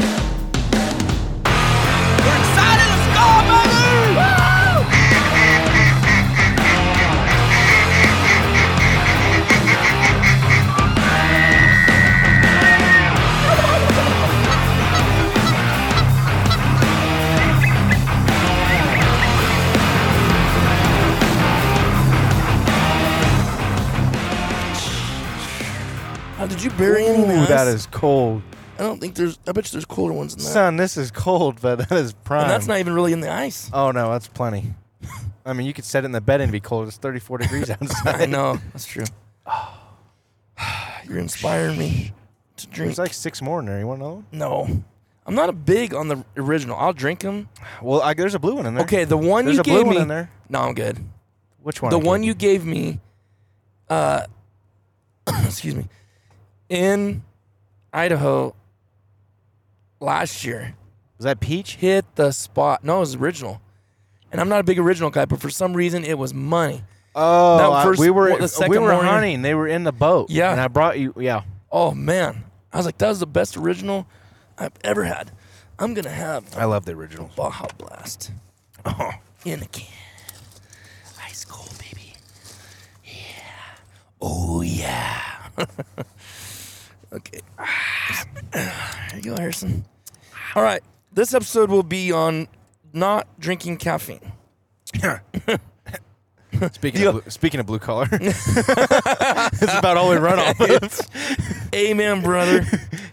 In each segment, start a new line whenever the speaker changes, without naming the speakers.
We're excited. Let's go, baby!
How did you bury any
Ooh,
knives?
that is cold.
I don't think there's. I bet you there's cooler ones than that.
Son, this is cold, but that is prime.
and that's not even really in the ice.
Oh no, that's plenty. I mean, you could set it in the bed and be cold. It's 34 degrees outside.
I know. That's true. You're inspiring me to drink.
There's like six more in there. You want another one?
no, I'm not a big on the original. I'll drink them.
Well, I, there's a blue one in there.
Okay, the one
There's
you
a blue
gave
one
me.
in there.
No, I'm good.
Which one?
the
I
one
gave
you gave me, uh, excuse me, in Idaho last year
Is that peach?
hit the spot. No, it was original. And I'm not a big original guy, but for some reason it was money.
Oh,
That
I-
first-
we were
what, the
we
second
were
morning?
hunting. They were in the boat.
Yeah.
And I brought you. Yeah.
Oh man, I was like, that was the best original I've ever had. I'm gonna have
I love the original.
Baja Blast in a can, Uh-huh. ice cold, baby. Yeah. Oh yeah. okay. there you go, Harrison. All right. This episode will be on not drinking caffeine.
Speaking of blue, speaking of blue collar, it's about all we run off of.
Amen, brother.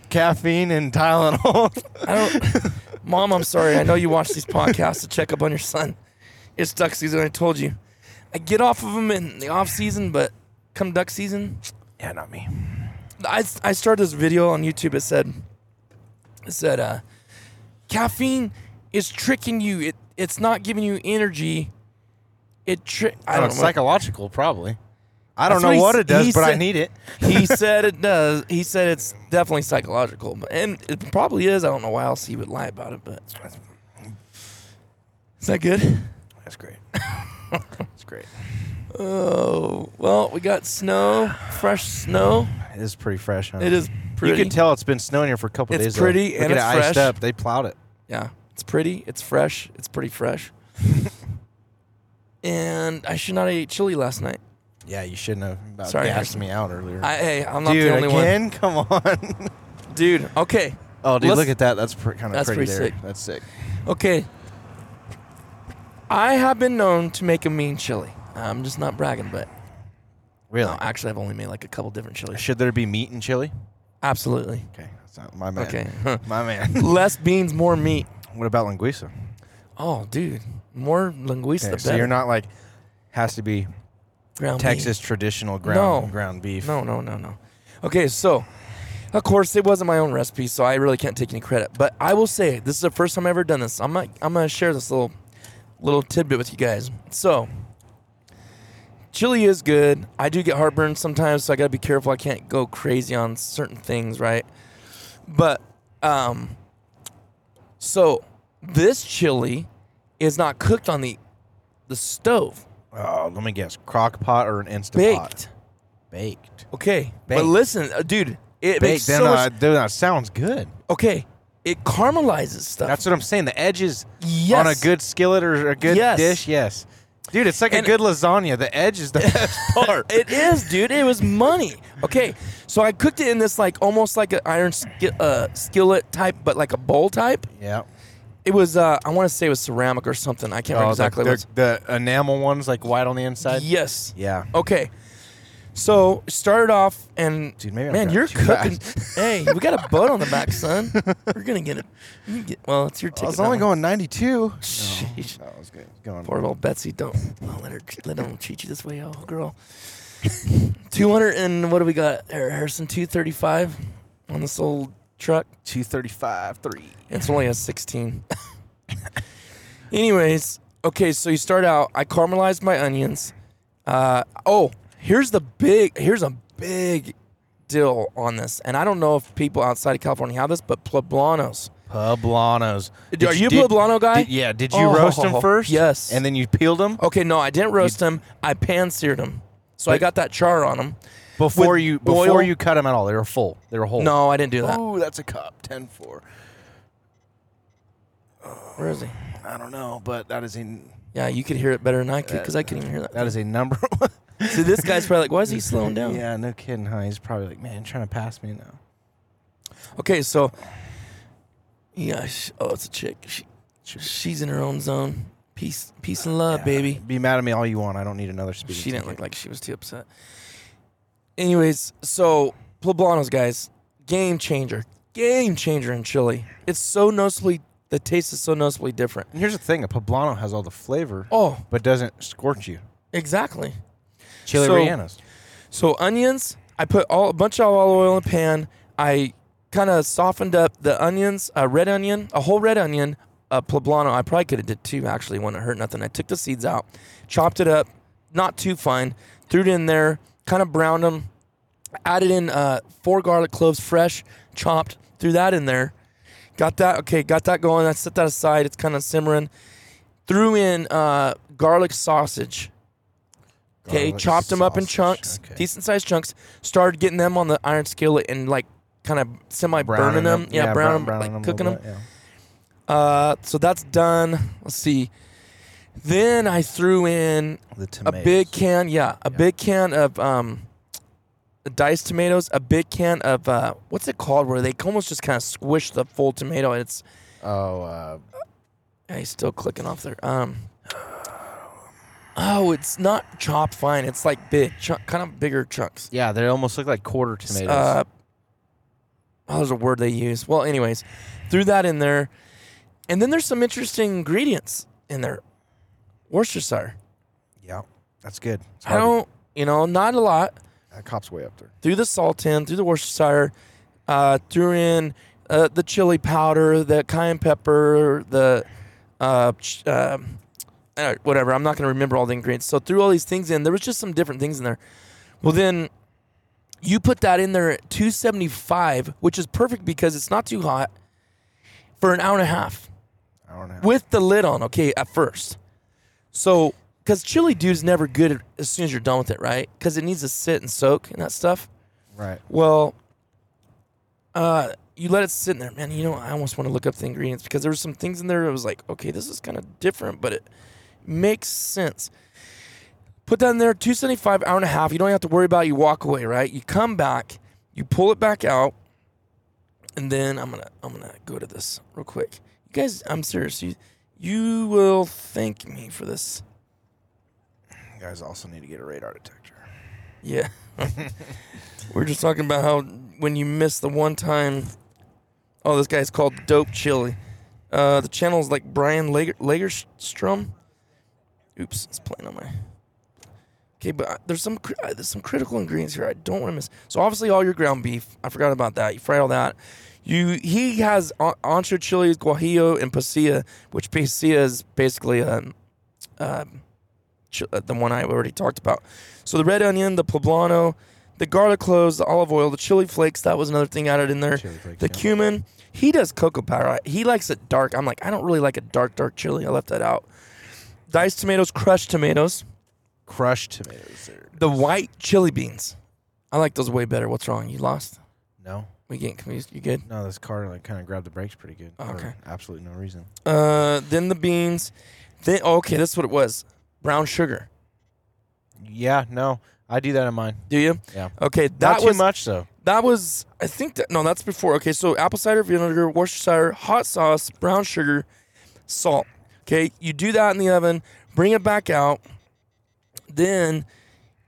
Caffeine and Tylenol.
I don't, Mom, I'm sorry. I know you watch these podcasts to check up on your son. It's duck season. I told you. I get off of them in the off season, but come duck season,
yeah, not me.
I, I started this video on YouTube. It said, it said, uh, caffeine is tricking you. It it's not giving you energy. It tri- I
I
don't
don't.
know.
Psychological, probably. I don't
Oh, That's what
know
he
what
s-
it does,
he
but I
said-
need it.
he said it does. He said it's definitely psychological, but- and it probably is. I don't know why else he would lie about it, but is that good?
That's great. That's great.
Oh well, we got snow, fresh snow.
It is pretty fresh. Huh?
It is pretty.
You can tell it's been snowing here for a couple
It's
days. though.
pretty
Look
and
at
it's
it iced
fresh.
up. They plowed it.
Yeah, it's pretty. It's fresh. It's pretty fresh. and I should not have ate chili last night.
Yeah, you shouldn't have about
Sorry,
gassed
Harrison.
me out earlier.
I hey, I'm not
dude,
the only
again? Come on.
one, dude. Okay,
oh, dude,
Let's-
look at that. That's pre- kind of
That's
pretty,
pretty
there.
sick.
That's sick.
okay. I have been known to make a mean chili. I'm just not bragging, but
Really?
no, actually, I've only made like a couple different chilies.
Should there be meat in chili?
Absolutely.
Okay, that's not my man.
Okay.
my man.
Less beans, more meat.
what about linguiça?
Oh, dude, more linguiça.
Okay,
the
so
better.
you're not like has to be
Ground beef.
Texas traditional ground
No.
ground beef.
No, no, no, no. Okay, so of course it wasn't my own recipe, so I really can't take any credit. But I will say this is the first time I've ever done this. I'm not, I'm gonna share this little little tidbit with you guys. So chili is good. I do get heartburn sometimes, so I gotta be careful. I can't go crazy on certain things, right? But um, so this chili is not cooked on the the stove,
Oh, let me guess. Crock pot or an instant
baked.
Baked.
Okay,
Baked.
but listen, uh, dude, it
Baked.
makes
Then,
so much.
uh, then that sounds good.
Okay, it caramelizes stuff.
That's what I'm saying. The edges
Yes.
on a good skillet or a good
Yes.
dish. Yes. Dude, it's like
And-
a good lasagna. The edge is the best part.
It is, dude. It was money. Okay, so I cooked it in this like almost like an iron ski- uh, skillet type, but like a bowl type.
yeah. Oh,
It was uh, I want to say it was ceramic or something. I can't remember exactly
the,
what.
the, the enamel ones, like white on the inside.
Yes.
Yeah.
Okay. So started off and
Dude, maybe I'm
man,
driving
you're
too
cooking. hey, we got a boat on the back, son. We're gonna get it. You can get, well, it's your ticket.
I was only
now.
going 92.
Sheesh.
I Oh, was good. Going.
Poor little Betsy. Don't, don't let her let them treat you this way, oh girl. Two hundred and what do we got, there, Harrison? Two thirty-five on this old truck.
235, 3.
It's only a sixteen. Anyways, okay. So you start out. I caramelized my onions. Uh, oh, here's the big. Here's a big deal on this, and I don't know if people outside of California have this, but poblanos.
Poblanos.
Are you a poblano guy?
did- yeah. Did you
Oh,
roast them first?
yes.
And then you peeled them
Okay, no, I didn't roast them. I pan seared them, so I
But-
got that char on them.
before you before
oil?
you cut them at all. They were full. They were whole.
No, I didn't do that.
Ooh, that's a cup. 10 4.
Where is he?
I don't know, but that is a
Yeah, you could hear it better than I could because I couldn't even hear that.
Uh, that is a number one.
so this guy's probably like, "Why is he slowing down?"
Yeah, no kidding, huh? He's probably like, man, trying to pass me now.
Okay, so yeah, sh- oh, it's a chick. She, she's in her own zone. Peace, peace and love, baby.
Be mad at me all you want. I don't need another speaking.
She didn't look like she was too upset. Anyways, so poblanos, guys, game changer, game changer in Chile. It's so noticeably the taste is so noticeably different.
And here's the thing: a poblano has all the flavor,
Oh,
but doesn't scorch you.
exactly.
Chili
So-
rellenos.
So onions, I put all a bunch of olive oil in a pan. I kind of softened up the onions, a red onion, a whole red onion, a poblano. I probably could have did two actually, wouldn't hurt nothing. I took the seeds out, chopped it up, not too fine, threw it in there, kind of browned them, added in uh, four garlic cloves, fresh, chopped, threw that in there. Got that okay, got that going. I set that aside. It's kind of simmering. Threw in uh, garlic sausage. Okay,
Garlic
chopped them up in
sausage,
chunks,
okay.
decent sized chunks. Started getting them on the iron skillet and like kind of semi burning them. Yeah, brown, them, like cooking them. Uh, so that's done. Let's see. Then I threw in
The
a
tomatoes.
big can, yeah, a big can of um, diced tomatoes, a big can of uh, what's it called, where they almost just kind of squish the full tomato. And it's
Oh, uh,
yeah, he's still clicking off there. Um, oh, it's not chopped fine. It's like big, chunk, kind of bigger chunks.
yeah. They almost look like quarter tomatoes.
Uh, oh, there's a word they use. Well, anyways, threw that in there, and then there's some interesting ingredients in there. Worcestershire.
yeah, that's good. It's
I don't, you know, not a lot.
That cop's way up there.
threw the salt in, threw the Worcestershire, uh, threw in uh, the chili powder, the cayenne pepper, the uh, ch- um, uh, whatever. I'm not going to remember all the ingredients. So threw all these things in. There was just some different things in there. Well, then you put that in there at 275, which is perfect because it's not too hot for an hour and a half
I don't know.
with the lid on. Okay, at first. So, because chili, dude, is never good at- as soon as you're done with it, right? Because it needs to sit and soak and that stuff.
right.
Well, uh, you let it sit in there, man. You know, I almost want to look up the ingredients because there were some things in there that was like, okay, this is kind of different, but it makes sense. Put that in there, 275, hour and a half. You don't have to worry about it. You walk away, right? You come back, you pull it back out, and then I'm gonna I'm gonna go to this real quick. You guys, I'm serious. You you will thank me for this.
You guys also need to get a radar detector.
Yeah. We're just talking about how when you miss the one time. Oh, this guy's called Dope Chili. Uh, the channel's like Brian Lager- Lagerstrom. Oops, it's playing on my. Okay, but I- there's some cri- uh, there's some critical ingredients here I don't want to miss. So obviously all your ground beef, I forgot about that. You fried all that. You he has an- ancho chilies, guajillo, and pasilla, which pasilla is basically um, um, ch- uh, the one I already talked about. So the red onion, the poblano, the garlic cloves, the olive oil, the chili flakes. That was another thing added in there. the cumin. He does cocoa powder. He likes it dark. I'm like, I don't really like a dark, dark chili. I left that out. Diced tomatoes, crushed tomatoes,
Crushed tomatoes. Or...
the white chili beans. I like those way better. What's wrong? You lost?
No,
We getting confused? You good?
no, this car like kind of grabbed the brakes pretty good.
Oh,
for
okay.
absolutely no reason.
Uh, then the beans. Then oh, okay, that's what it was. Brown sugar.
Yeah, no, I do that in mine.
Do you?
Yeah.
Okay, Uh, that
Not too
was
much though.
that was. I think that no, that's before. Okay, so apple cider vinegar, Worcestershire, hot sauce, brown sugar, salt. Okay, you do that in the oven. Bring it back out. Then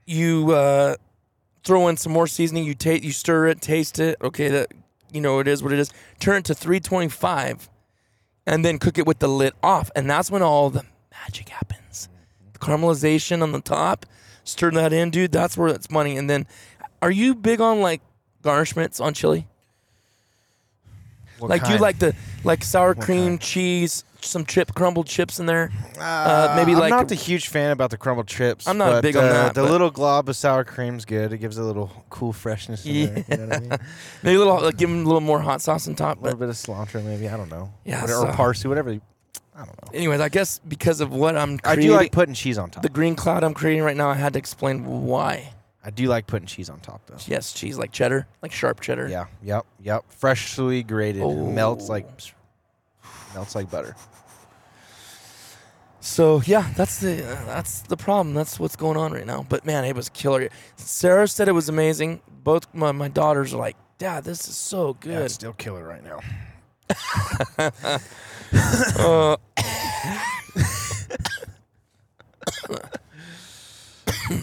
you uh, throw in some more seasoning. You take, you stir it, taste it. Okay, that you know it is what it is. Turn it to 325, and then cook it with the lid off. And that's when all the magic happens. The caramelization on the top. Stir that in, dude. That's where it's money. And then, are you big on like garnishments on chili?
What
like do you
kind?
like the like sour cream
kind?
cheese, some chip crumbled chips in there?
Uh,
maybe
I'm
like-
not a huge fan about the crumbled chips.
I'm not
but,
big on
uh,
that,
The
but-
little glob of sour cream's good. It gives a little cool freshness. In there, you know what I mean? A
Maybe a little like give them a little more hot sauce on top. But
little bit of cilantro, maybe. I don't know.
Yeah,
Whatever- or
so-
parsley, whatever. you- I don't know.
anyways, I guess because of what I'm
I
creating,
do like putting cheese on top.
the green cloud I'm creating right now. I had to explain why.
I do like putting cheese on top though.
Yes, cheese like cheddar, like sharp cheddar.
Yeah. Yep. Yep. Freshly grated. Melts like melts like butter.
So yeah, that's the uh, that's the problem. That's what's going on right now. But man, it was killer. Sarah said it was amazing. Both my, my daughters are like, Dad, this is so
Yeah,
good.
it's still killer right now.
Uh,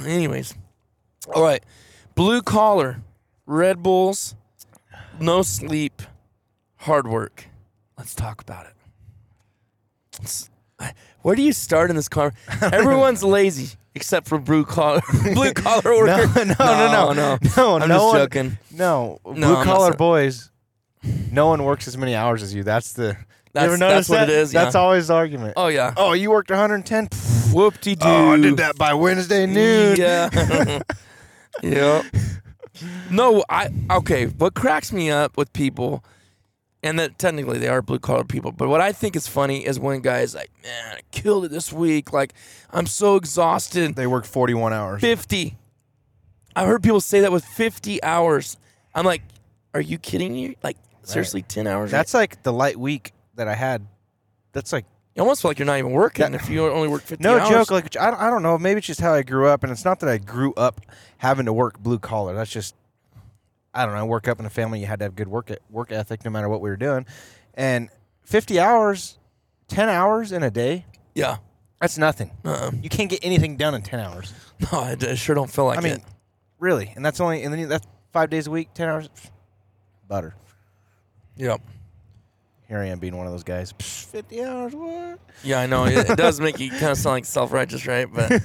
Anyways, all right, blue collar, Red Bulls, no sleep, hard work. Let's talk about it. It's- I- Where do you start in this car? Everyone's lazy except for blue collar, blue collar worker.
no, no, no,
no,
No,
I'm
no
just
one,
joking.
No,
I'm
blue
not
collar
so-
boys. No one works as many hours as you. That's the. you
That's-
ever notice
that's what it
that?
is,
That's
yeah.
always the argument.
Oh yeah.
Oh, you worked 110.
Whoop de doo.
Oh, I did that by Wednesday noon.
Yeah. yeah. No, I okay. What cracks me up with people, and that technically they are blue collar people, but what I think is funny is when guys like, man, I killed it this week. Like, I'm so exhausted.
They work 41 hours.
Fifty. I've heard people say that with fifty hours. I'm like, are you kidding me? Like, seriously, ten hours?
That's like the light week that I had. That's like
you almost feel like you're not even working if you only work fifty.
no
hours.
joke. Like I don't, I don't know. Maybe it's just how I grew up, and it's not that I grew up having to work blue collar. That's just I don't know. I work up in a family. You had to have good work work ethic, no matter what we were doing. And 50 hours, 10 hours in a day.
Yeah.
That's nothing. You can't get anything done in 10 hours.
No, I, I sure don't feel like
I mean,
it.
really. And that's only and then you- that's five days a week, 10 hours. Pfft, Butter.
Yep.
Here I am being one of those guys. Pfft, 50 hours. What?
Yeah, I know. It, it does make you kind of sound like self righteous, right? But,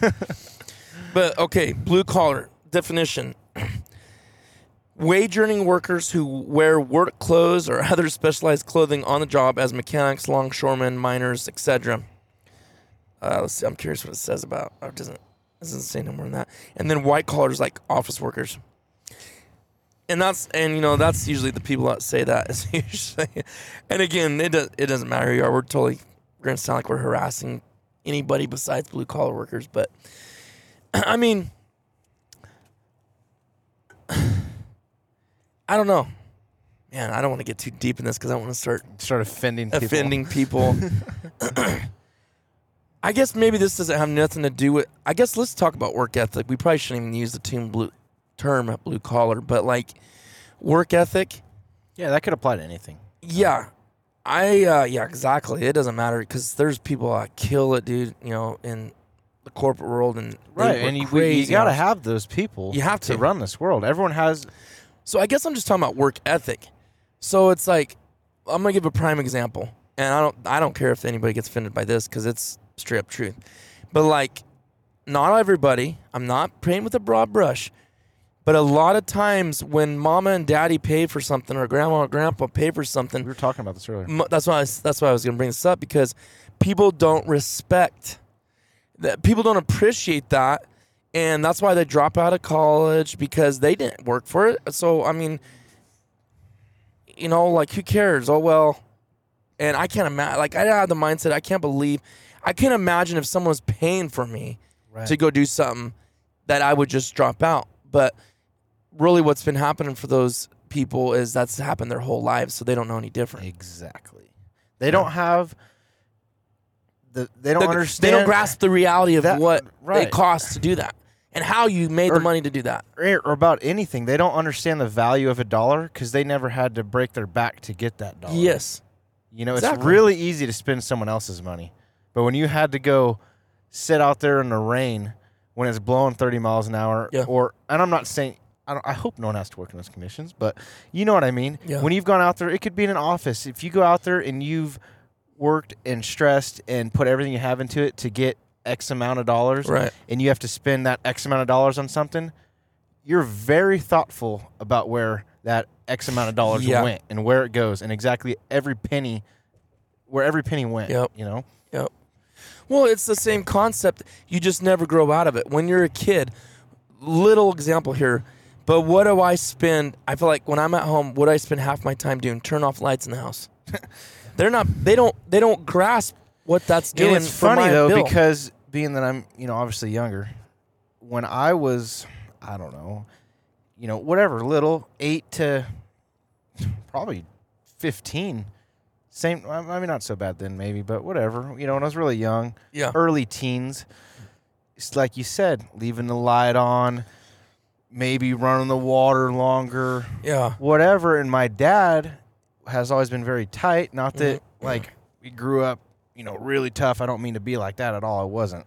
but okay, blue collar definition wage earning workers who wear work clothes or other specialized clothing on the job as mechanics, longshoremen, miners, etc. Uh, let's see. I'm curious what it says about. Oh, it doesn't doesn't say no more than that. And then white collars like office workers. And that's and you know that's usually the people that say that is usually. And again, it does it doesn't matter who you are. We're totally we're gonna sound like we're harassing anybody besides blue collar workers, but I mean, I don't know. Man, I don't want to get too deep in this because I want to start
Start offending people.
offending people. I guess maybe this doesn't have nothing to do with. I guess let's talk about work ethic. We probably shouldn't even use the term blue, term blue collar, but like work ethic.
Yeah, that could apply to anything.
Yeah, I uh, yeah exactly. It doesn't matter because there's people that kill it, dude. You know, in the corporate world and they work
and you, we- you
crazy
got to
hours.
have those people.
You have to.
run this world. Everyone has.
So I guess I'm just talking about work ethic. So it's like I'm gonna give a prime example, and I don't I don't care if anybody gets offended by this because it's straight up truth. But like, not everybody. I'm not painting with a broad brush, but a lot of times when mama and daddy pay for something or grandma or grandpa pay for something,
We were talking about this earlier.
mo- that's why I, s- that's why I was gonna bring this up because people don't respect that people don't appreciate that, and that's why they drop out of college because they didn't work for it. So I mean, you know, like who cares? Oh well. And I can't imagine. Like I have the mindset. I can't believe. I can't imagine if someone was paying for me
Right.
to go do something that I would just drop out. But really, what's been happening for those people is that's happened their whole lives, so they don't know any different.
Exactly. They don't have the. They don't
They-
understand.
They don't grasp the reality of
that-
what
right.
it costs to do that and how you made
Or-
the money to do that.
or or about anything. They don't understand the value of a dollar because they never had to break their back to get that dollar.
Yes.
You know, it's
Exactly.
really easy to spend someone else's money. But when you had to go sit out there in the rain when it's blowing 30 miles an hour,
Yeah.
or, and I'm not saying, I, don't, I hope no one has to work in those conditions, but you know what I mean?
Yeah.
When you've gone out there, it could be in an office. If you go out there and you've worked and stressed and put everything you have into it to get X amount of dollars,
Right.
and you have to spend that X amount of dollars on something, you're very thoughtful about where that X amount of dollars
Yeah.
went and where it goes and exactly every penny where every penny went.
Yep.
You know?
Yep. Well, it's the same concept. You just never grow out of it. When you're a kid, little example here, but what do I spend? I feel like when I'm at home, what do I spend half my time doing? Turn off lights in the house. They're not. They don't. They don't grasp what that's doing.
And it's
for
funny
my
though,
bill.
because being that I'm, you know, obviously younger, when I was I don't know, you know, whatever, little, eight to probably fifteen. Same I I mean not so bad then maybe, but whatever. You know, when I was really young,
yeah,
early teens. It's like you said, leaving the light on, maybe running the water longer,
yeah,
whatever. And my dad has always been very tight. Not that
Mm-hmm.
like we grew up, you know, really tough. I don't mean to be like that at all. I wasn't.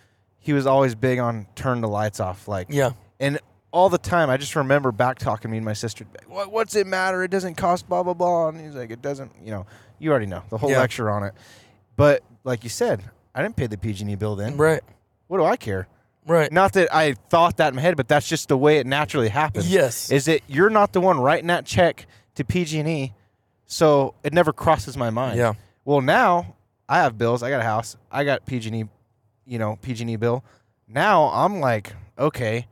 he was always big on turn the lights off like
Yeah.
and all the time i just remember back talking me and my sister what, what's it matter it doesn't cost blah blah blah and he's like it doesn't you know you already know the whole
Yeah.
lecture on it but like you said i didn't pay the pg&e E bill then
right,
what do i care
right.
not that i thought that in my head but that's just the way it naturally happens
Yes.
is that you're not the one writing that check to pg&e E, so it never crosses my mind
Yeah.
well now i have bills i got a house i got pg&e E, you know pg&e E bill now i'm like okay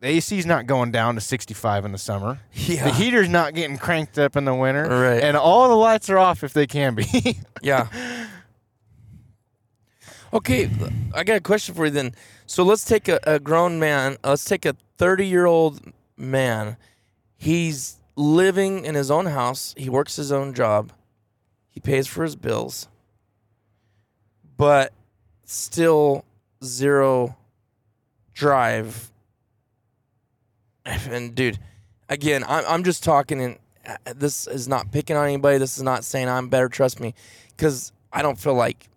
the ac's not going down to 65 in the summer
Yeah.
the heater's not getting cranked up in the winter
Right.
and all the lights are off if they can be
Yeah. Okay, I got a question for you then. So let's take a, a grown man, uh, let's take a 30 year old man. He's living in his own house, he works his own job, he pays for his bills, but still zero drive. And dude, again, I'm, I'm just talking, and uh, this is not picking on anybody. This is not saying I'm better. Trust me, because I don't feel like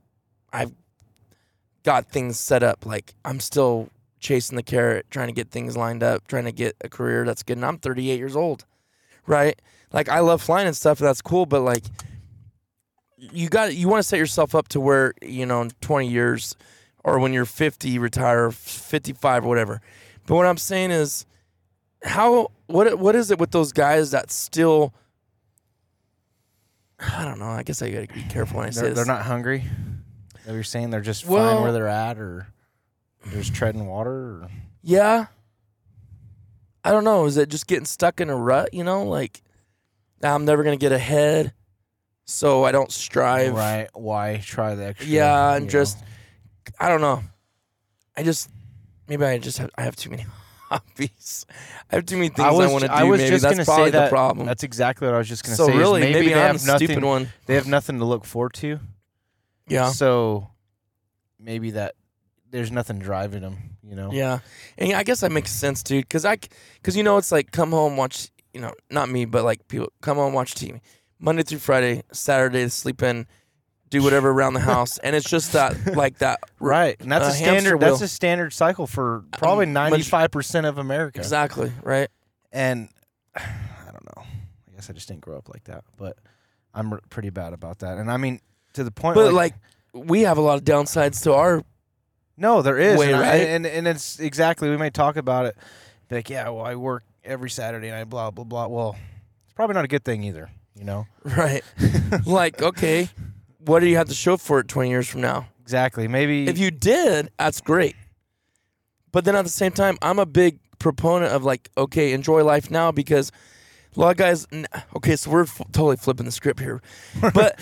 I've got things set up. Like I'm still chasing the carrot, trying to get things lined up, trying to get a career that's good. And I'm 38 years old, right? Like I love flying and stuff, and that's cool. But like, you got you want to set yourself up to where you know in 20 years, or when you're 50, you retire 55 or whatever. But what I'm saying is how what what is it with those guys that still I don't know. I guess I gotta be careful when I say
they're,
this.
they're not hungry Is that what you're saying they're just fine
Well-
where they're at or they're just treading water or
Yeah. I don't know. Is it just getting stuck in a rut? You know, like I'm never gonna get ahead, so I don't strive.
right why try the extra
Yeah,
you
and
know?
just I don't know. I just maybe I just have I have too many hobbies. I have too many things I, want to do. maybe that's probably the
that,
problem.
That's exactly what I was just going to
so
say. is
really,
maybe,
maybe,
they
I'm
have
the
nothing.
stupid one.
They have nothing to look forward to.
Yeah,
So maybe that there's nothing driving them. You know.
yeah, and yeah, I guess that makes sense, dude. Because I, because you know, it's like come home watch. You know, not me, but like people come home watch TV Monday through Friday, Saturday sleep in, do whatever around the house, and it's just that like that
Right, and that's
Uh,
a
hamster
standard.
wheel.
That's a standard cycle for probably
Um, much-
ninety five percent of America.
exactly right.
And I don't know. I guess I just didn't grow up like that, but I'm r- pretty bad about that. And I mean, to the point.
But like we have a lot of downsides to our
No, there is,
Way,
and, I-
right?
and and it's exactly. We may talk about it. Be like, yeah, well, I work every Saturday and I blah blah blah. Well, it's probably not a good thing either. You know,
right. like okay, what do you have to show for it twenty years from now?
exactly. Maybe
If you did, that's great. But then at the same time, I'm a big proponent of like, okay, enjoy life now because a lot of guys. n- Okay, so we're f- totally flipping the script here, but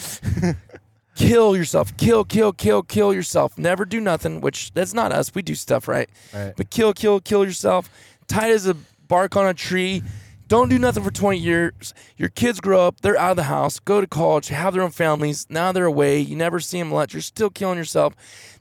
kill yourself, kill, kill, kill, kill yourself. Never do nothing, which that's not us. We do stuff, right?
Right.
But kill, kill, kill yourself. Tight as a bark on a tree. Don't do nothing for 20 years. Your kids grow up, they're out of the house, go to college, have their own families. Now they're away. You never see them much. You're still killing yourself.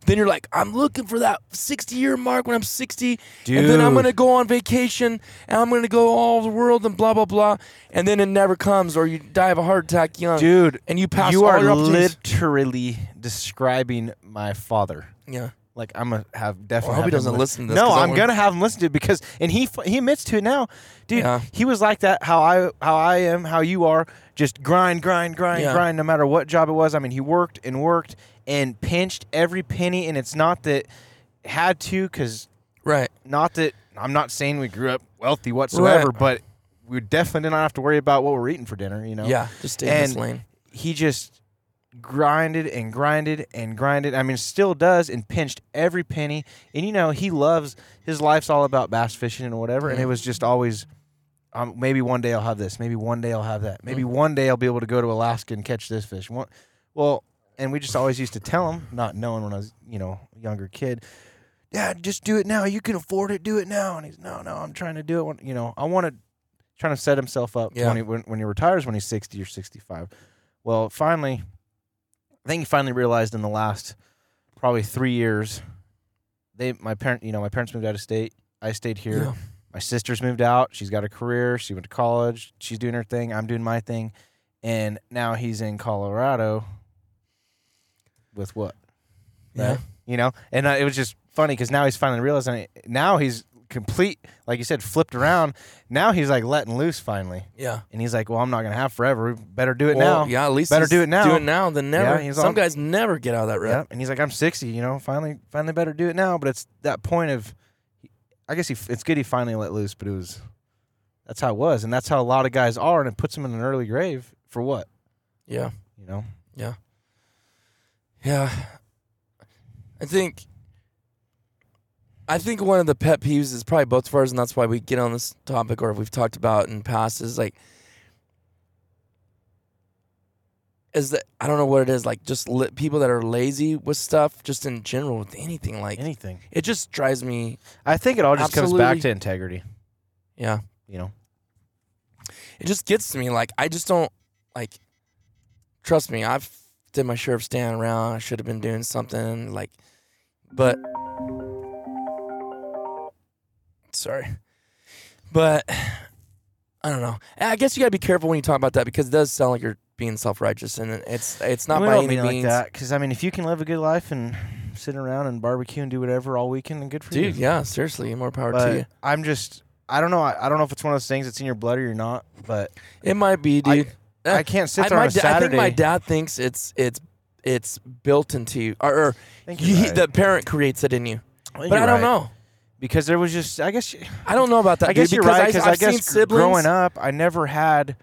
Then you're like, I'm looking for that 60 year mark when I'm 60. And then I'm
Dude.
going to go on vacation and I'm going to go all over the world and blah, blah, blah. And then it never comes or you die of a heart attack young.
dude,
And you pass
you
all
are
your opportunities.
literally describing my father.
yeah.
Like I'm gonna have definitely.
I hope he
have him
doesn't listen to this
No,
'cause I
I'm
wanna-
gonna have him listen to it because, and he f- he admits to it now, dude.
Yeah.
He was like that. How I how I am, how you are. Just grind, grind, grind,
Yeah.
grind. No matter what job it was. I mean, he worked and worked and pinched every penny. And it's not that had to, because
Right.
not that I'm not saying we grew up wealthy whatsoever,
Right.
but we definitely did not have to worry about what we're eating for dinner. You know.
Yeah. Just stay in
and
this lane.
he just grinded and grinded and grinded. I mean, still does and pinched every penny. And you know, he loves his life's all about bass fishing and whatever. And it was just always, um, maybe one day I'll have this. Maybe one day I'll have that. Maybe one day I'll be able to go to Alaska and catch this fish. One- Well, and we just always used to tell him, not knowing when I was, you know, a younger kid. Dad, just do it now. You can afford it. Do it now. And he's, no, no, I'm trying to do it. When, you know, I want to, trying to set himself up
Yeah.
when, he, when, when he retires when he's 60 or 65. Well, finally, I think he finally realized in the last probably three years, they my parent, you know, my parents moved out of state. I stayed here.
Yeah.
My sister's moved out. She's got a career. She went to college. She's doing her thing. I'm doing my thing. And now he's in Colorado with what?
Yeah.
Right? You know, and uh, it was just funny because now he's finally realizing. It. Now he's complete, like you said, flipped around. Now he's like letting loose finally,
Yeah.
and he's like, "Well, I'm not gonna have forever. We better do it
Well,
now."
Yeah, at least
better
he's
do it now.
Do it now than never.
Yeah, he's
Some
on-
guys never get out of that rut.
Yep. And he's like, I'm 60, you know, finally, finally better do it now. But it's that point of, I guess he, it's good he finally let loose, but it was, that's how it was. And that's how a lot of guys are. And it puts them in an early grave for what,
Yeah,
you know?
yeah. I think, I think one of the pet peeves is probably both of ours, and that's why we get on this topic, or we've talked about in past, is like, is that I don't know what it is, like just li- people that are lazy with stuff, just in general with anything, like
Anything.
it just drives me.
I think it all just comes
Absolutely.
back to integrity,
Yeah,
you know?
it just gets to me. Like I just don't like. Trust me, I've did my share of standing around. I should have been doing something like, but sorry, but I don't know. And I guess you gotta be careful when you talk about that because it does sound like you're being self righteous, and it's it's not
we
by
don't
any
mean it
means,
like that. Because, I mean, if you can live a good life and sit around and barbecue and do whatever all weekend, then good for you.
dude. Yeah, seriously, more power
But
to you.
I'm just, I don't know. I, I don't know if it's one of those things that's in your blood or you're not, but
It might be,
I-
dude.
I can't sit
Eh, I-
there
my
on a
da- I think my
Saturday.
dad thinks it's it's it's built into you, or, or
think
he-
you're right.
the parent creates it in you.
I
But
think
I
you're
don't
right.
know.
Because there was just, I guess,
I don't know about that.
I guess
dude,
you're
because
right because
I,
I,
I've seen
guess
siblings
growing up, I never had a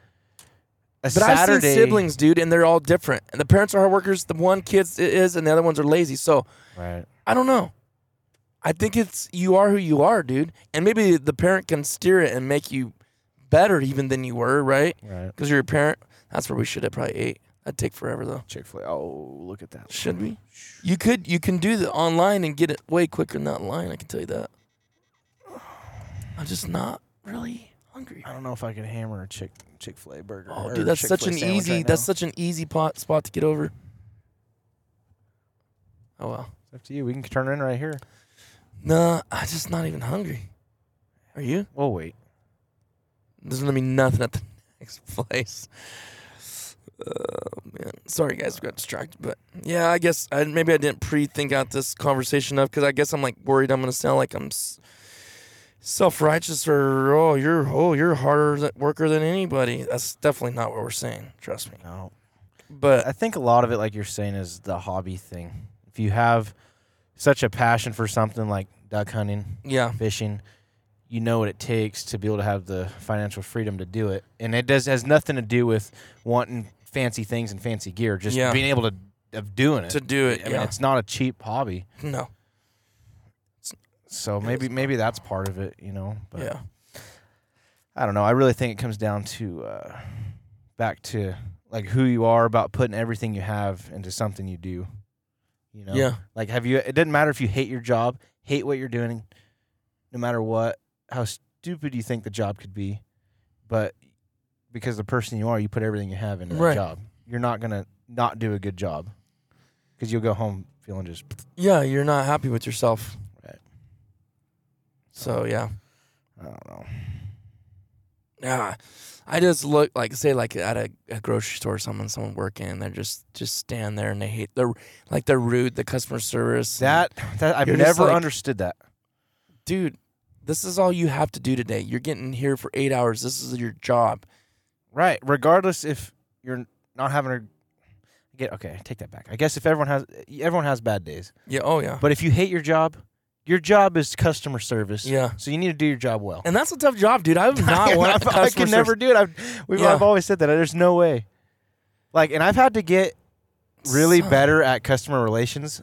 But
Saturday.
I've seen siblings, dude, and they're all different. And the parents are hard workers. The one kid is, and the other ones are lazy. So
Right.
I don't know. I think it's you are who you are, dude. And maybe the parent can steer it and make you better even than you were, right?
Right.
Because you're a parent. That's where we should have probably ate. That'd take forever though.
Chick Fil A. Oh, look at that.
Should we? You could you can do the online and get it way quicker than that line. I can tell you that. I'm just not really hungry.
I don't know if I could hammer a Chick Chick Fil A burger.
Oh,
or
dude, that's such
Chick-fil-A
an
sandwich
easy
right
that's
now.
such an easy pot, spot to get over. Oh well.
It's up to you. We can turn in right here.
Nah, I'm just not even hungry. Are you?
We'll wait.
There's gonna be nothing at the next place. Oh man, sorry guys, got distracted. But yeah, I guess I, maybe I didn't pre-think out this conversation enough because I guess I'm like worried I'm gonna sound like I'm s- self-righteous or oh you're oh you're harder th- worker than anybody. That's definitely not what we're saying. Trust me.
No. I
But
think a lot of it, like you're saying, is the hobby thing. If you have such a passion for something like duck hunting,
yeah,
fishing, you know what it takes to be able to have the financial freedom to do it. And it does has nothing to do with wanting fancy things and fancy gear, just
Yeah.
being able to of doing it.
to do it,
I mean,
yeah,
it's not a cheap hobby.
no,
So maybe maybe that's part of it, you know. But
yeah,
I don't know. I really think it comes down to uh, back to like who you are about putting everything you have into something you do. You know,
Yeah.
Like, have you? It doesn't matter if you hate your job, hate what you're doing, no matter what. How stupid you think the job could be, but because the person you are, you put everything you have into
Right.
that job. You're not gonna not do a good job because you'll go home feeling just.
yeah. You're not happy with yourself.
Right.
So yeah.
I don't know.
Yeah, I just look like say like at a, a grocery store, someone someone working, and they're just just stand there and they hate they're like they're rude. The customer service, and-
That that I've
You're just
never
like-
understood that.
dude, this is all you have to do today. You're getting here for eight hours. This is your job.
Right. Regardless if you're not having a get okay, take that back. I guess if everyone has everyone has bad days.
Yeah. Oh yeah.
But if you hate your job, your job is customer service.
Yeah.
So you need to do your job well.
and that's a tough job, dude. I've not
I,
wanted
I can never do it. I've we've,
Yeah.
I've always said that. There's no way. Like and I've had to get really
Son.
better at customer relations.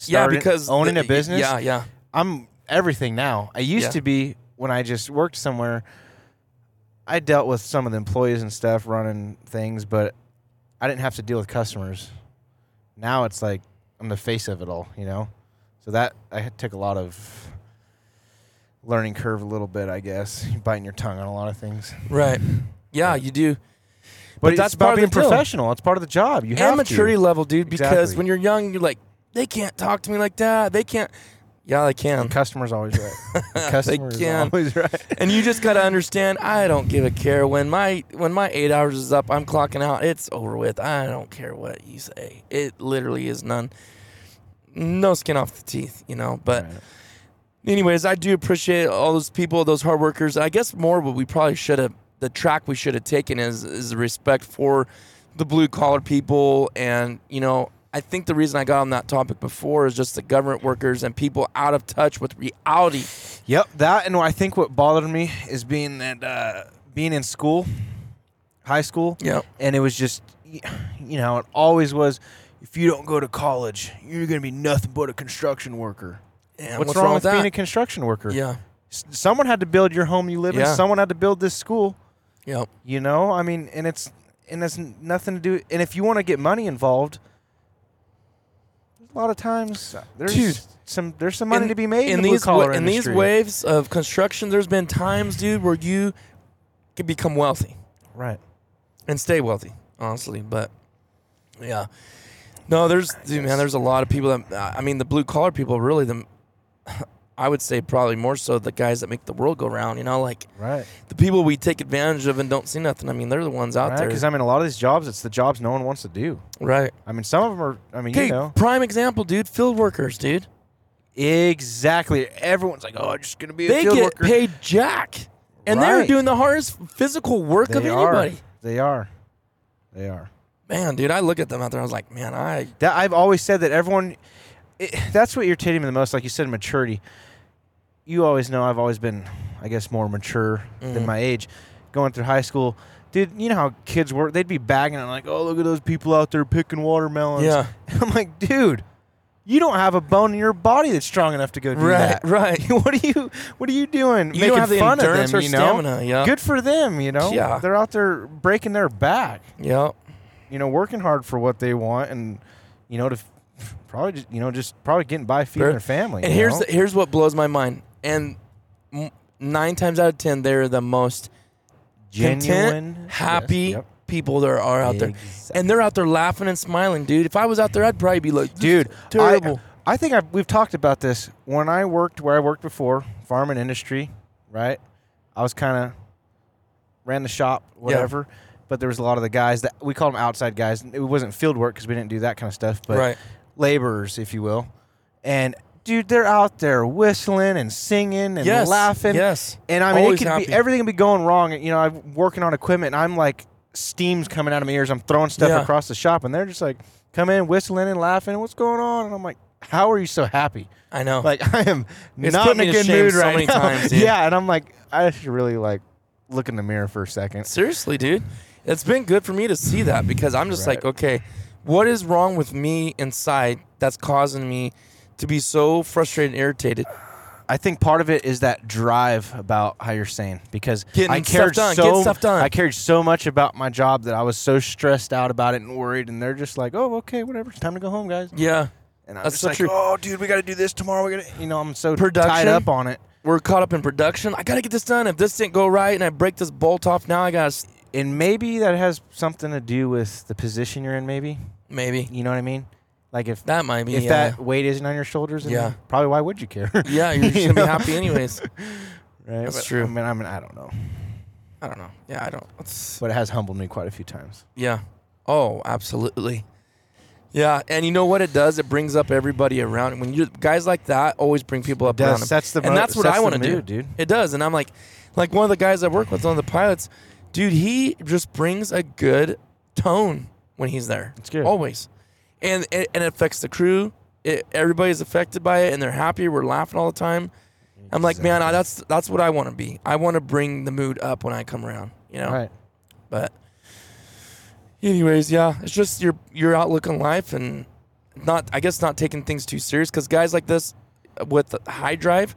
Yeah,
starting-
because
owning
the-
a business.
Yeah, yeah,
I'm everything now. I used
Yeah.
to be when I just worked somewhere. I dealt with some of the employees and stuff running things, but I didn't have to deal with customers. Now it's like I'm the face of it all, you know. So that I had- took a lot of learning curve, a little bit, I guess. You're biting your tongue on a lot of things,
right. Yeah, you do.
but,
that's
that's about
part of
being
the deal.
professional. It's part of the job. You have
and maturity
to.
level, dude. Because
Exactly.
when you're young, you're like, they can't talk to me like that. They can't. Yeah, they can.
Customer's always right. The Customer is
can.
always right.
and you just gotta understand i don't give a care when my when my eight hours is up i'm clocking out it's over with i don't care what you say it literally is none no skin off the teeth you know but
Right.
anyways i do appreciate all those people those hard workers i guess more what we probably should have the track we should have taken is is the respect for the blue collar people and you know i think the reason i got on that topic before is just the government workers and people out of touch with reality
Yep, that and I think what bothered me is being that uh, being in school, high school,
Yep.
and it was just y- you know it always was. If you don't go to college, you're gonna be nothing but a construction worker.
And
What's, wrong, with being a
that?
construction worker?
yeah
S- someone had to build your home you live
Yeah.
in. Someone had to build this school.
Yep.
You know, I mean, and it's and it's n- nothing to do. And if you want to get money involved, a lot of times uh, there's
Dude.
some there's some money to be made in, the blue
these wa-
collar
in
industry.
these waves of construction. There's been times, dude, where you could become wealthy
right?
and stay wealthy, honestly. But yeah, no, there's dude, man, there's a lot of people that I mean, the blue collar people, really. The I would say probably more so the guys that make the world go round. You know, like
Right.
the people we take advantage of and don't see nothing. I mean, they're the ones out there,
Because I mean, a lot of these jobs, it's the jobs no one wants to do.
right?
I mean, some of them are. I mean,
Okay,
you know,
prime example, dude. Field workers, dude.
exactly. Everyone's like, "Oh, I'm just gonna be
They
a field
get
worker."
paid jack, and they're
Right.
doing the hardest physical work
they
of
are.
anybody.
They are. They are.
Man, dude, I look at them out there. I was like, man, I
That I've always said that everyone. It, that's what irritated me the most. Like you said, maturity. You always know I've always been, I guess, more mature
Mm-hmm.
than my age. Going through high school, dude, you know how kids were. They'd be bagging on like, "Oh, look at those people out there picking watermelons."
Yeah.
I'm like, dude. You don't have a bone in your body that's strong enough to go do
right,
that.
right.
what are you what are you doing?
You
Making
don't have the
fun
endurance
of them,
or
you know?
stamina. Yeah,
Good for them, you know.
Yeah.
They're out there breaking their back.
yeah.
you know, working hard for what they want, and you know, to f- probably just, you know, just probably getting by feeding
Sure.
their family.
And
you
here's
know?
the, here's what blows my mind. And m- nine times out of ten, they're the most
Genuine,
content, happy
yes, yep.
people there are out there, and they're out there laughing and smiling, dude. If I was out there, I'd probably be like, "This is
dude.
terrible."
I, I think i we've talked about this when I worked where I worked before, farm and industry, right? I was kind of ran the shop, whatever. But there was a lot of the guys that we called them outside guys. It wasn't field work because we didn't do that kind of stuff, but
Right.
laborers, if you will. And dude, they're out there whistling and singing and
Yes,
laughing.
yes.
And I mean,
Always
it could
happy.
be everything could be going wrong. You know, I'm working on equipment. And I'm like, steam's coming out of my ears. I'm throwing stuff
Yeah.
across the shop, and they're just like, come in whistling and laughing. What's going on? And I'm like, how are you so happy?
I know.
Like I am
Oh. It's
not
put
in
me
a
to
good
shame
mood
so
right
many
now.
times, dude.
yeah, and I'm like, I should really like look in the mirror for a second.
Seriously, dude. It's been good for me to see that because I'm just like, okay, what is wrong with me inside that's causing me to be so frustrated and irritated?
I think part of it is that drive about how you're saying because
Getting
I
stuff
cared
done,
so
getting stuff done.
I cared so much about my job that I was so stressed out about it and worried, and they're just like, "Oh, okay, whatever, it's time to go home, guys."
Yeah.
And I'm
That's
just
so
like,
true.
"Oh, dude, we got to do this tomorrow. We got to," you know, I'm so tied
Production?
up on it.
We're caught up in production. I got to get this done. If this didn't go right and I break this bolt off now, I got to
And maybe that has something to do with the position you're in. Maybe
maybe.
you know what I mean? Like if
That might be.
if
yeah.
that weight isn't on your shoulders, then
Yeah.
probably why would you care?
Yeah, you're just
You
going to be
know?
happy anyways.
right?
That's
But,
true.
I mean, I mean, I don't know,
I don't know. Yeah, I don't. it's-
but it has humbled me quite a few times.
Yeah. Oh, absolutely. Yeah, and you know what it does? It brings up everybody around. When you guys like that always bring people up
does.
around 'em.
Sets the
and
mo-
that's what
sets
I
the
want to do,
mood, dude.
It does, and I'm like, like one of the guys I work with, one of the pilots, dude. He just brings a good tone when he's there. It's
good.
always, and and and it affects the crew. It, everybody's affected by it, and they're happy. We're laughing all the time. I'm like, man, I, that's that's what I want to be. I want to bring the mood up when I come around. You know,
All right.
but anyways, yeah, it's just your your outlook on life and not I guess not taking things too serious because guys like this with high drive,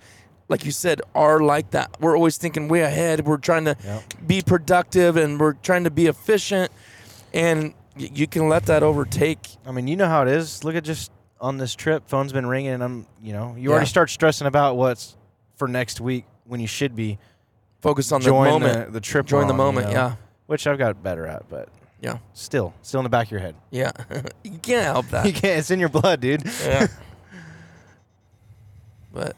like you said, are like that. We're always thinking way ahead. We're trying to be productive and we're trying to be efficient, and y- you can let that overtake.
I mean, you know how it is. Look at just on this trip, phone's been ringing, and I'm, you know, you already
Yeah.
start stressing about what's for next week when you should be
Focus on the
join
moment.
The, the trip.
Join
we're
the
on,
moment,
you know,
yeah.
Which I've got better at, but
yeah,
still, still in the back of your head.
yeah, you can't help that.
You can't. It's in your blood, dude.
yeah. But,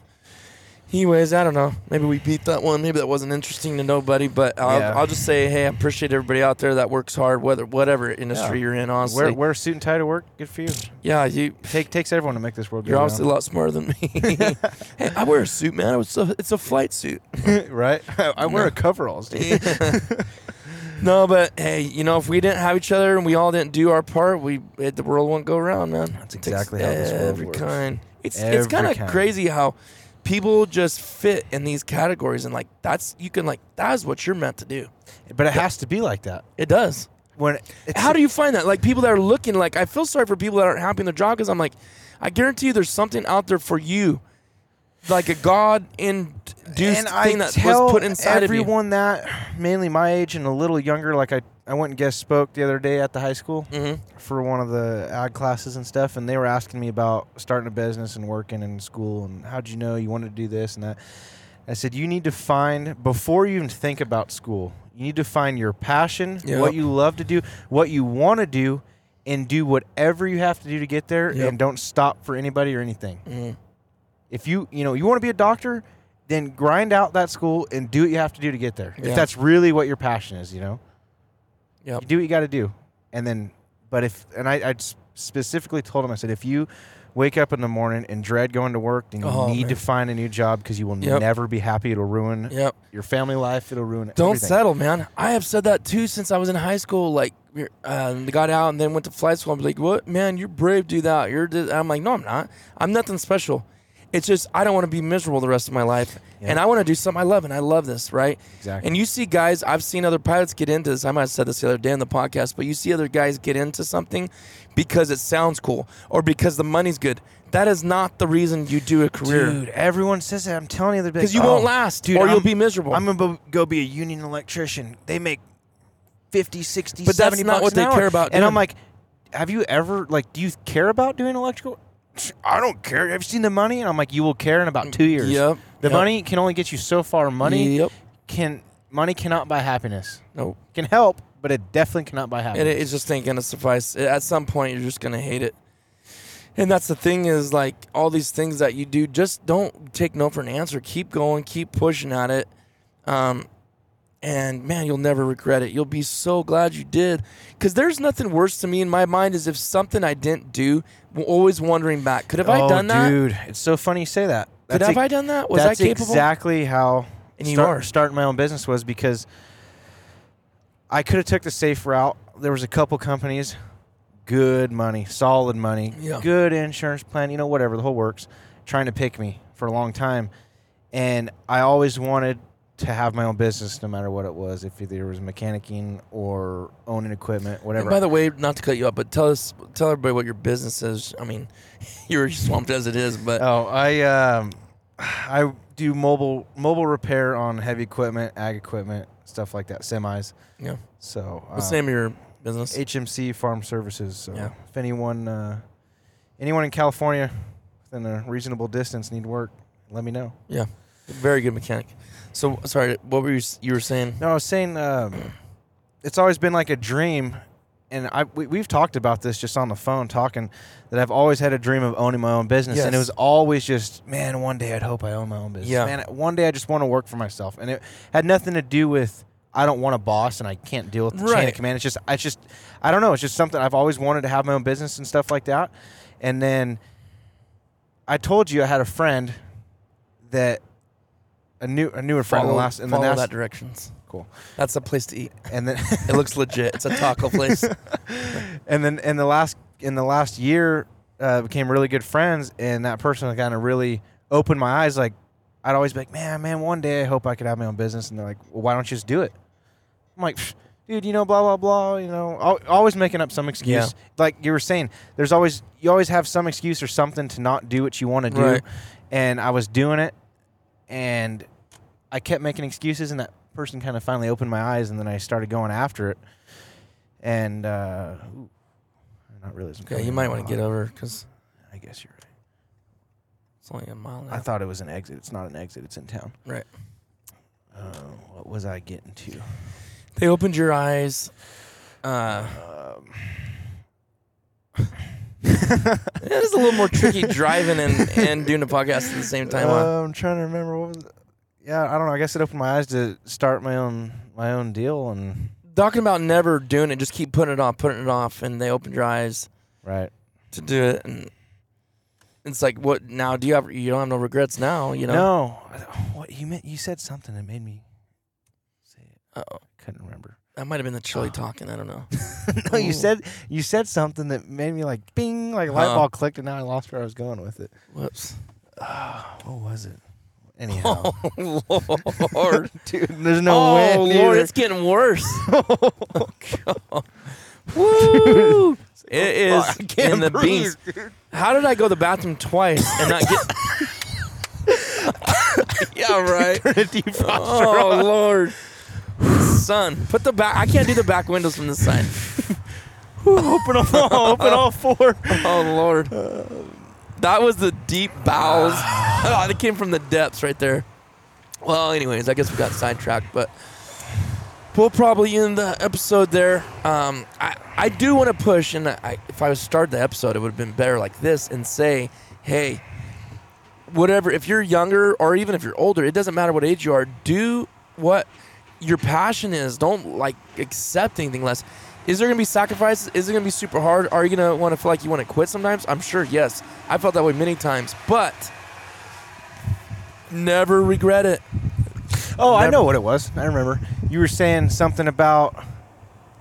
anyways, I don't know. Maybe we beat that one. Maybe that wasn't interesting to nobody. But I'll,
Yeah.
I'll just say, hey, I appreciate everybody out there that works hard, whether whatever industry
Yeah.
you're in. Honestly,
Wear, wear a suit and tie to work. Good for you.
yeah, you
Take takes everyone to make this world. go
you're
round.
obviously a lot smarter than me. hey, I wear a suit, man. It was so, it's a flight suit.
right. I wear a coveralls. Dude.
no, but hey, you know, if we didn't have each other and we all didn't do our part, we it, the world won't go around, man. That's
exactly how this world
every
works.
Kind. It's it's
Every
kind of
kind.
crazy how people just fit in these categories and like that's you can like that's what you're meant to do.
But it has to be like that.
It does.
When it's,
How do you find that? Like people that are looking like I feel sorry for people that aren't happy in their job because I'm like, I guarantee you there's something out there for you, like a God induced
and I
thing that
tell
was put inside of you.
everyone that mainly my age and a little younger. Like I, I went and guest spoke the other day at the high school
Mm-hmm.
for one of the ag classes and stuff, and they were asking me about starting a business and working in school and how'd you know you wanted to do this and that. I said you need to find before you even think about school. You need to find your passion,
Yep.
what you love to do, what you want to do, and do whatever you have to do to get there,
Yep.
and don't stop for anybody or anything if you you know you want to be a doctor then grind out that school and do what you have to do to get there
Yeah.
if that's really what your passion is you know
Yep.
you do what you got to do and then but if and I, I s- specifically told him i said if you wake up in the morning and dread going to work then you
Oh,
need
man.
to find a new job because you will
Yep.
never be happy it'll ruin
Yep.
your family life it'll ruin
Don't
everything.
settle, man. I have said that too since I was in high school. Like, we're- uh, got out and then went to flight school. I'm like, what, man? You're brave, do that. You're. This. I'm like, no, I'm not. I'm nothing special. It's just I don't want to be miserable the rest of my life, and I want to do something I love, and I love this, right?
Exactly.
And you see guys, I've seen other pilots get into this. I might have said this the other day in the podcast, but you see other guys get into something because it sounds cool or because the money's good. That is not the reason you do a career.
Dude, everyone says that. I'm telling you, they're like,
'Cause you
"Oh,
won't last,
dude,
or you'll
I'm-
be miserable."
I'm gonna bo- go be a union electrician. They make 50, 60,
But that's
70
not
bucks
what
an
they
hour.
care about
And I'm
doing.
like, have you ever like do you care about doing electrical? I don't care. Have you seen the money? And I'm like, you will care in about two years.
Yep,
The
yep.
money can only get you so far. Money
Yep.
can money cannot buy happiness.
No.
Can help, but it definitely cannot buy happiness.
And it, it's just ain't gonna suffice. At some point, you're just gonna hate it. And that's the thing is like all these things that you do, just don't take no for an answer. Keep going, keep pushing at it. Um, and man, you'll never regret it. You'll be so glad you did. Cause there's nothing worse to me in my mind is if something I didn't do, I'm always wondering back, could have I
oh,
done that?
dude, it's so funny you say that.
Could
That's
have
e-
I done that? Was I
that's
capable?
exactly how
And you are.
starting my own business was because I could have took the safe route. There was a couple companies, good money, solid money,
Yeah.
good insurance plan, you know, whatever the whole works, trying to pick me for a long time, and I always wanted to have my own business no matter what it was if there was mechanicing or owning equipment whatever
And by the way, not to cut you up, but tell us, tell everybody what your business is. I mean, you're swamped as it is, but
Oh, I um, I do mobile mobile repair on heavy equipment, ag equipment, stuff like that, semis.
yeah.
So uh,
What's the name of your business?
HMC Farm Services. So
Yeah.
if anyone uh, anyone in California within a reasonable distance need work, let me know.
yeah, very good mechanic. So sorry, what were you s- you were saying?
No, I was saying um, it's always been like a dream, and I we, we've talked about this just on the phone talking that I've always had a dream of owning my own business, and it
Yes.
was always just man, one day I'd hope I own my own business.
Yeah.
man, one day I just want to work for myself, and it had nothing to do with. I don't want a boss, and I can't deal with the chain
Right.
of command. It's just, I just, I don't know. It's just something I've always wanted to have my own business and stuff like that. And then I told you I had a friend that a new, a newer friend in the last, in the
follow
last,
that directions.
cool.
That's a place to eat.
And then,
It looks legit. It's a taco place.
and then in the last in the last year uh, became really good friends and that person kind of really opened my eyes like i'd always be like man man one day i hope i could have my own business and they're like well why don't you just do it i'm like "Pfft, dude you know blah blah blah you know al- always making up some excuse
Yeah.
like you were saying there's always you always have some excuse or something to not do what you want to do
Right.
and i was doing it and i kept making excuses and that person kind of finally opened my eyes and then i started going after it and uh ooh, I'm not really
Okay, you might want to get over because
I guess you're right.
it's only a mile. and a
I
half.
thought it was an exit. It's not an exit. It's in town.
right.
Uh, what was I getting to?
They opened your eyes. Uh, it is a little more tricky driving and, and doing a podcast at the same time. huh?
Uh, I'm trying to remember what was. Yeah, I don't know. I guess it opened my eyes to start my own my own deal and
talking about never doing it, just keep putting it off, putting it off, and they opened your eyes
right.
to do it, and it's like, what now? Do you have? You don't have no regrets now, you know?
No, what you meant? You said something that made me say it.
Uh-oh.
Couldn't remember.
That might have been the chili talking. I don't know.
no, you said you said something that made me like bing, like a light
Huh.
bulb clicked, and now I lost where I was going with it.
Whoops.
What was it? Anyhow,
Lord.
dude, there's no way.
oh Lord,
dude.
it's getting worse. oh, God. Woo! it
I
is
can't
in the
breathe,
beans. How did I go to the bathroom twice and not get? yeah, right. Oh Lord, son, put the back. I can't do the back windows from this side.
open them all, open all four.
Oh Lord, that was the deep bowels. oh, that came from the depths right there. Well, anyways, I guess we got sidetracked, but we'll probably end the episode there. Um, I I do want to push, and I, if I was started the episode, it would have been better like this, and say, hey, whatever. If you're younger, or even if you're older, it doesn't matter what age you are. Do what your passion is. Don't like accept anything less. Is there gonna be sacrifices? Is it gonna be super hard? Are you gonna want to feel like you want to quit sometimes? I'm sure. Yes, I felt that way many times, but never regret it.
Oh, I
Never-
know what it was. I remember. You were saying something about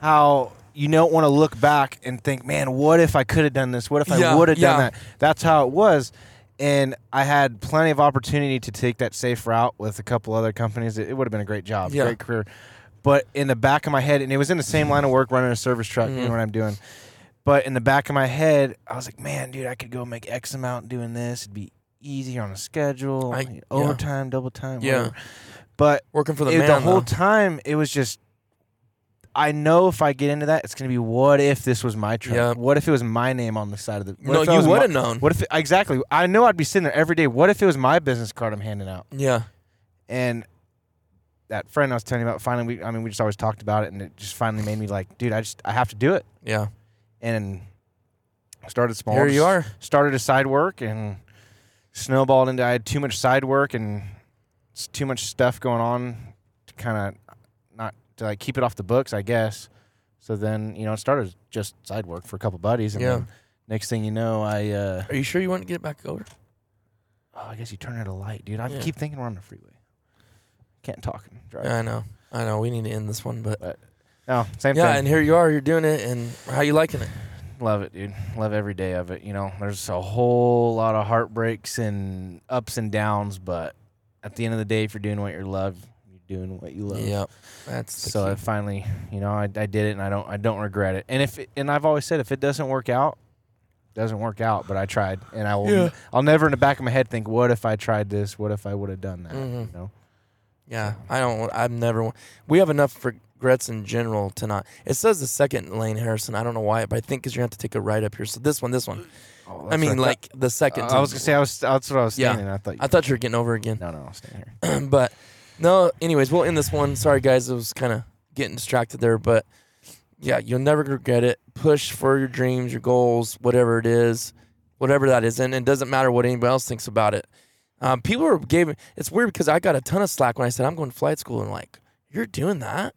how you don't want to look back and think, man, what if I could have done this? What if
Yeah,
I would have done
yeah.
that? That's how it was. And I had plenty of opportunity to take that safe route with a couple other companies. It, it would have been a great job,
Yeah.
great career. But in the back of my head, and it was in the same line of work running a service truck,
Mm-hmm.
you know what I'm doing. But in the back of my head, I was like, man, dude, I could go make X amount doing this. It'd be easier on a schedule,
I- yeah.
overtime, double time,
Yeah.
whatever. But
Working for the
it-
man.
whole
though.
time it was just I know if I get into that, it's going to be what if this was my truck?
Yeah.
What if it was my name on the side of the? what
No,
if I
you
was my-
would've known.
What if exactly? I know I'd be sitting there every day. What if it was my business card I'm handing out?
Yeah.
And that friend I was telling you about, finally, we I mean, we just always talked about it, and it just finally made me like, dude, I just I have to do it,
Yeah.
and started small.
Here you
just
are.
Started a side work and snowballed into I had too much side work and s- too much stuff going on to kind of not to like keep it off the books, I guess. So then you know, it started as just side work for a couple buddies, and
Yeah.
then next thing you know, I uh,
Are you sure you want to get back over?
oh, I guess you turn out a light, dude. I
Yeah. Uh,
keep thinking we're on the freeway. Can't talk and drive.
Yeah, I know. I know. We need to end this one, but
No, same
yeah.
thing.
And here you are. You're doing it, and how you liking it?
Love it, dude. Love every day of it. You know, there's a whole lot of heartbreaks and ups and downs, but at the end of the day, if you're doing what you love, you're doing what you love.
Yep. That's the
So I
key.
finally, you know, I, I did it, and I don't, I don't regret it. And if, it, and I've always said, if it doesn't work out, it doesn't work out. But I tried, and I will,
Yeah.
I'll never in the back of my head think, what if I tried this? What if I would have done that?
Mhm.
You know,
Yeah, I don't. want- I've never. wa- We have enough regrets in general to not. It says the second lane, Harrison. I don't know why, but I think because you're gonna have to take a right up here. So this one, this one.
Oh,
I mean, like the second.
Uh, I
to-
was gonna say, I was, that's what I was
Yeah.
standing. I thought, you,
I thought you were getting over again,
no, no, I'll stand here.
but no. Anyways, we'll end this one. Sorry, guys. I was kind of getting distracted there, but yeah, you'll never regret it. Push for your dreams, your goals, whatever it is, whatever that is, and it doesn't matter what anybody else thinks about it. Um, people are gave. It's weird because I got a ton of slack when I said I'm going to flight school, and like you're doing that.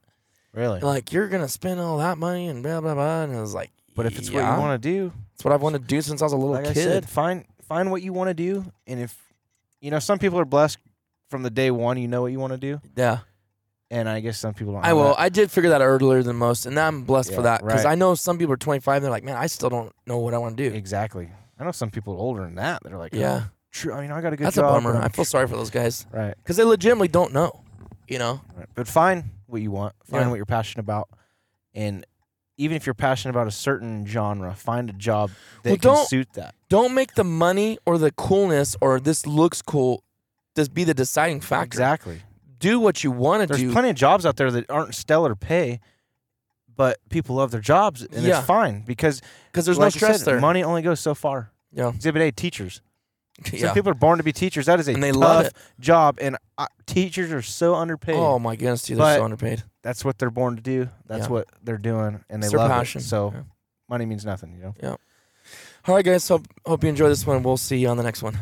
Really.
like you're gonna spend all that money and blah blah blah. And I was like,
but if it's what
yeah.
you want to do,
it's what I've wanted to do since I was a little
like
kid.
I said, find find what you want to do, and if you know, some people are blessed from the day one. You know what you want to do,
yeah,
and I guess some people don't.
I
have
will.
that.
I did figure that out earlier than most, and I'm blessed for
Yeah,
that because
right.
I know some people are 25. and They're like, man, I still don't know what I want to do.
exactly. I know some people older than that. They're like,
Yeah,
oh, true. I mean, I got a good
that's a
job.
bummer.
but
I
I'm
feel sorry for those guys
tr- Right,
because they legitimately don't know. You know?
right. But find what you want. Find
Yeah.
what you're passionate about, and even if you're passionate about a certain genre, find a job that
Well,
can
don't-
suit that.
Don't make the money or the coolness or this looks cool just be the deciding factor.
Exactly.
Do what you want to
There's
do.
plenty of jobs out there that aren't stellar pay, but people love their jobs, and
Yeah.
it's fine because
Because there's no
like you
stress
said,
there.
Money only goes so far.
yeah.
Exhibit A: teachers. Some
yeah.
people are born to be teachers. That is a
And they
tough
love it.
job, and uh, teachers are so underpaid.
Oh my goodness, dude, they're
But-
so underpaid.
That's what they're born to do. That's
Yeah.
what they're doing, and they
It's their
love
passion.
it. So
Yeah.
money means nothing, you know.
All right, guys. Hope hope you enjoy this one. We'll see you on the next one.